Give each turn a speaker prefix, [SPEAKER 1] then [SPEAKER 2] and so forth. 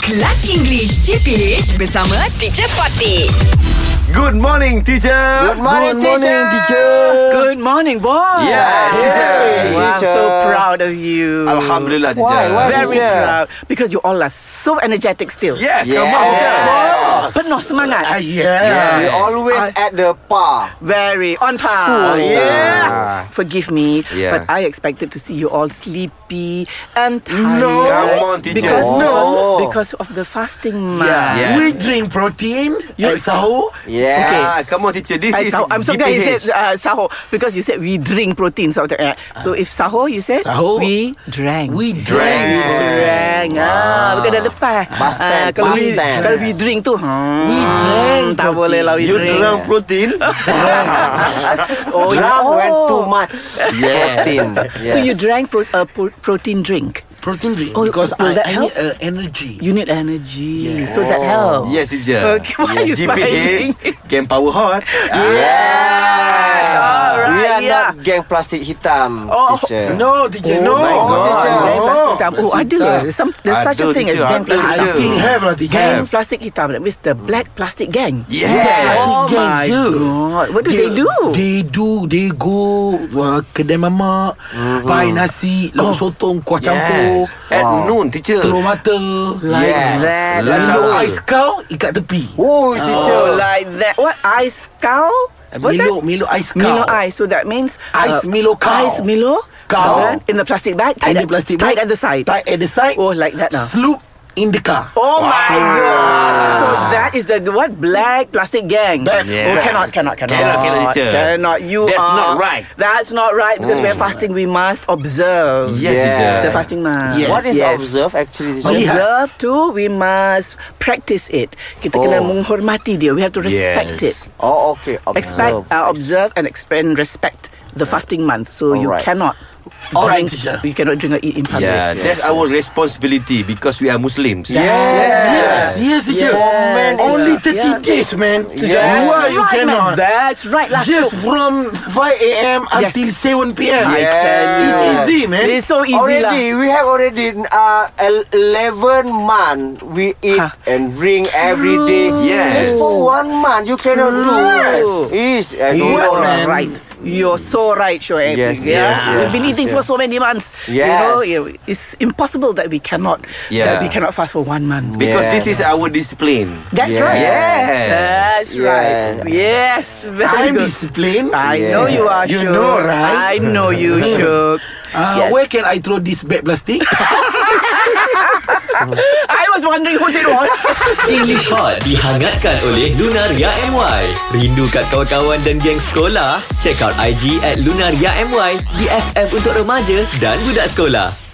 [SPEAKER 1] Kelas English CPH bersama Teacher Fatih.
[SPEAKER 2] Good morning, teacher.
[SPEAKER 3] Good morning,
[SPEAKER 4] Good morning,
[SPEAKER 3] teacher.
[SPEAKER 4] Good morning, boy.
[SPEAKER 2] Yes, teacher.
[SPEAKER 4] Wow, I'm so
[SPEAKER 3] Teacher.
[SPEAKER 4] proud of you.
[SPEAKER 2] Alhamdulillah, teacher.
[SPEAKER 3] Why? Why?
[SPEAKER 4] Very
[SPEAKER 3] teacher.
[SPEAKER 4] proud because you all are so energetic still.
[SPEAKER 2] Yes,
[SPEAKER 3] Yeah.
[SPEAKER 2] come on, teacher.
[SPEAKER 4] Penuh semangat.
[SPEAKER 3] We always at the par.
[SPEAKER 4] Very on par. Yeah. Forgive me,
[SPEAKER 2] Yeah.
[SPEAKER 4] but I expected to see you all sleepy and tired.
[SPEAKER 5] No.
[SPEAKER 2] Come on, teacher.
[SPEAKER 4] Because
[SPEAKER 3] No.
[SPEAKER 4] because of the fasting month.
[SPEAKER 2] Yeah.
[SPEAKER 5] We drink protein at sahur.
[SPEAKER 2] Ah,
[SPEAKER 3] Yeah.
[SPEAKER 2] come on, teacher. This
[SPEAKER 4] I
[SPEAKER 2] is
[SPEAKER 4] saw, I'm so glad you
[SPEAKER 2] GPH.
[SPEAKER 4] said uh, sahur because you said we drink protein. So, uh, so if sahur, you said
[SPEAKER 5] Sahur.
[SPEAKER 4] we drank.
[SPEAKER 5] We
[SPEAKER 4] We
[SPEAKER 5] drink.
[SPEAKER 4] drink ah, Bukan dah lepas
[SPEAKER 3] Bus
[SPEAKER 4] Ah,
[SPEAKER 3] stand,
[SPEAKER 4] Kalau
[SPEAKER 3] bus
[SPEAKER 4] we
[SPEAKER 3] stand.
[SPEAKER 4] Kalau we drink tu hmm,
[SPEAKER 5] We drink
[SPEAKER 4] Tak
[SPEAKER 5] protein.
[SPEAKER 4] boleh lah we
[SPEAKER 2] You
[SPEAKER 4] drink
[SPEAKER 2] drunk protein?
[SPEAKER 4] oh, you-
[SPEAKER 3] Drunk when
[SPEAKER 4] oh.
[SPEAKER 3] too much
[SPEAKER 2] Yeah.
[SPEAKER 3] protein.
[SPEAKER 4] So you
[SPEAKER 3] Yes.
[SPEAKER 4] drank pro, uh, pro, protein drink
[SPEAKER 5] Protein drink
[SPEAKER 4] Oh,
[SPEAKER 5] because
[SPEAKER 4] will
[SPEAKER 5] I,
[SPEAKER 4] that
[SPEAKER 5] I
[SPEAKER 4] help?
[SPEAKER 5] need uh, energy.
[SPEAKER 4] You need energy So that helps
[SPEAKER 2] Yes, teacher.
[SPEAKER 4] Okay, why are you smiling?
[SPEAKER 2] GPH can power hot. Ah.
[SPEAKER 3] Yeah.
[SPEAKER 4] Alright,
[SPEAKER 3] We are
[SPEAKER 4] yeah.
[SPEAKER 3] not gang plastik hitam,
[SPEAKER 4] Oh.
[SPEAKER 3] teacher.
[SPEAKER 5] No, teacher,
[SPEAKER 3] Oh
[SPEAKER 5] no.
[SPEAKER 3] my God.
[SPEAKER 4] Teacher,
[SPEAKER 3] Oh.
[SPEAKER 4] gang plastik hitam. Oh,
[SPEAKER 5] Plastik
[SPEAKER 4] ada.
[SPEAKER 5] hitam.
[SPEAKER 4] Some, there's such a
[SPEAKER 2] Ada,
[SPEAKER 4] thing as
[SPEAKER 2] teacher,
[SPEAKER 4] gang
[SPEAKER 2] ada,
[SPEAKER 4] plastic
[SPEAKER 5] I
[SPEAKER 2] teacher.
[SPEAKER 4] hitam.
[SPEAKER 5] think have lah,
[SPEAKER 4] Gang
[SPEAKER 5] teacher.
[SPEAKER 4] plastic hitam. That means the black plastic gang.
[SPEAKER 2] Yes.
[SPEAKER 4] Oh
[SPEAKER 5] Gang
[SPEAKER 4] my
[SPEAKER 5] je.
[SPEAKER 4] god. What do they, do?
[SPEAKER 5] They do. They go uh, kedai mamak,
[SPEAKER 4] Mm-hmm.
[SPEAKER 5] buy nasi, lauk
[SPEAKER 4] Oh.
[SPEAKER 5] sotong, kuah campur, uh,
[SPEAKER 2] At noon, teacher.
[SPEAKER 5] telur mata.
[SPEAKER 4] like
[SPEAKER 3] Yes.
[SPEAKER 4] that.
[SPEAKER 5] Lalu
[SPEAKER 2] Lalu.
[SPEAKER 5] ais kau ikat tepi.
[SPEAKER 3] Oh, teacher.
[SPEAKER 4] Oh, like that. What ice cow? What's
[SPEAKER 5] Milo,
[SPEAKER 4] that?
[SPEAKER 5] Milo ais kau.
[SPEAKER 4] Milo ice. So that means uh,
[SPEAKER 5] Ice Milo cow.
[SPEAKER 4] Ice Milo uh,
[SPEAKER 5] Cow.
[SPEAKER 4] Then in the plastic bag.
[SPEAKER 5] Tiny
[SPEAKER 4] at-
[SPEAKER 5] plastic
[SPEAKER 4] tied
[SPEAKER 5] bag.
[SPEAKER 4] at the side.
[SPEAKER 5] Tied at the side.
[SPEAKER 4] Oh, like that now.
[SPEAKER 5] Sloop in the car.
[SPEAKER 4] Oh my god! So that is the what black plastic gang.
[SPEAKER 5] Black.
[SPEAKER 4] Oh,
[SPEAKER 2] Yeah.
[SPEAKER 4] cannot, cannot, cannot,
[SPEAKER 2] Cannot, cannot, teacher.
[SPEAKER 4] Cannot. You
[SPEAKER 2] That's
[SPEAKER 4] are
[SPEAKER 2] not right.
[SPEAKER 4] That's not right because we're fasting. We must observe.
[SPEAKER 2] Yes,
[SPEAKER 3] Yeah.
[SPEAKER 2] teacher.
[SPEAKER 4] The fasting month.
[SPEAKER 5] Yes.
[SPEAKER 3] What is
[SPEAKER 4] Yes.
[SPEAKER 3] observe actually, teacher?
[SPEAKER 5] Melihat.
[SPEAKER 4] Observe too. We must practice it. Kita kena
[SPEAKER 3] Oh.
[SPEAKER 4] menghormati dia. We have to respect
[SPEAKER 2] Yes.
[SPEAKER 4] it.
[SPEAKER 3] Oh, okay.
[SPEAKER 4] Expect,
[SPEAKER 3] Observe.
[SPEAKER 4] uh, observe, and expand, respect the fasting month. So you
[SPEAKER 3] Alright.
[SPEAKER 4] cannot.
[SPEAKER 5] All right,
[SPEAKER 4] drink,
[SPEAKER 5] teacher.
[SPEAKER 4] You cannot drink or eat in public.
[SPEAKER 2] Yeah, that's our responsibility because we are Muslims.
[SPEAKER 5] Yes, yes, teacher.
[SPEAKER 3] Yes.
[SPEAKER 5] Only
[SPEAKER 4] Yeah.
[SPEAKER 5] 30 days, man.
[SPEAKER 4] That's
[SPEAKER 5] Why
[SPEAKER 4] right,
[SPEAKER 5] you
[SPEAKER 4] man.
[SPEAKER 5] cannot?
[SPEAKER 4] That's right. lah.
[SPEAKER 5] Just
[SPEAKER 4] So-
[SPEAKER 5] from 5 a.m.
[SPEAKER 4] Yes.
[SPEAKER 5] until 7 p.m.
[SPEAKER 4] I tell you.
[SPEAKER 5] It's easy, man.
[SPEAKER 4] It's so easy lah.
[SPEAKER 3] Already, we have already uh, el- 11 month we eat
[SPEAKER 4] Huh.
[SPEAKER 3] and drink every day.
[SPEAKER 2] Yes.
[SPEAKER 3] Just for one month, you cannot do. Yes. Is, I don't know
[SPEAKER 5] What,
[SPEAKER 4] You
[SPEAKER 3] lah.
[SPEAKER 4] are
[SPEAKER 5] man?
[SPEAKER 4] right. You're so right, Shoaib.
[SPEAKER 3] Yes,
[SPEAKER 4] yeah.
[SPEAKER 3] yes, yes,
[SPEAKER 4] We've been eating for
[SPEAKER 3] yes.
[SPEAKER 4] so many months.
[SPEAKER 3] Yes.
[SPEAKER 4] You know, it's impossible that we cannot that
[SPEAKER 2] Yeah.
[SPEAKER 4] we cannot fast for one month.
[SPEAKER 2] Because
[SPEAKER 3] Yeah.
[SPEAKER 2] this is our discipline.
[SPEAKER 4] That's
[SPEAKER 3] Yeah.
[SPEAKER 4] right. Uh.
[SPEAKER 2] Yes.
[SPEAKER 4] That's
[SPEAKER 3] Yeah.
[SPEAKER 4] right. Yes. Very
[SPEAKER 5] I'm
[SPEAKER 4] good.
[SPEAKER 5] disciplined.
[SPEAKER 4] I
[SPEAKER 3] Yeah.
[SPEAKER 4] know you are
[SPEAKER 5] You
[SPEAKER 4] Shoaib.
[SPEAKER 5] know, right?
[SPEAKER 4] I know you Shook.
[SPEAKER 5] Uh,
[SPEAKER 4] Yes.
[SPEAKER 5] Where can I throw this bag plastic?
[SPEAKER 4] I was wondering who it was.
[SPEAKER 6] English Hot dihangatkan oleh Lunaria MY. Rindu kat kawan-kawan dan geng sekolah? Check out IG at Lunaria MY, BFF untuk remaja dan budak sekolah.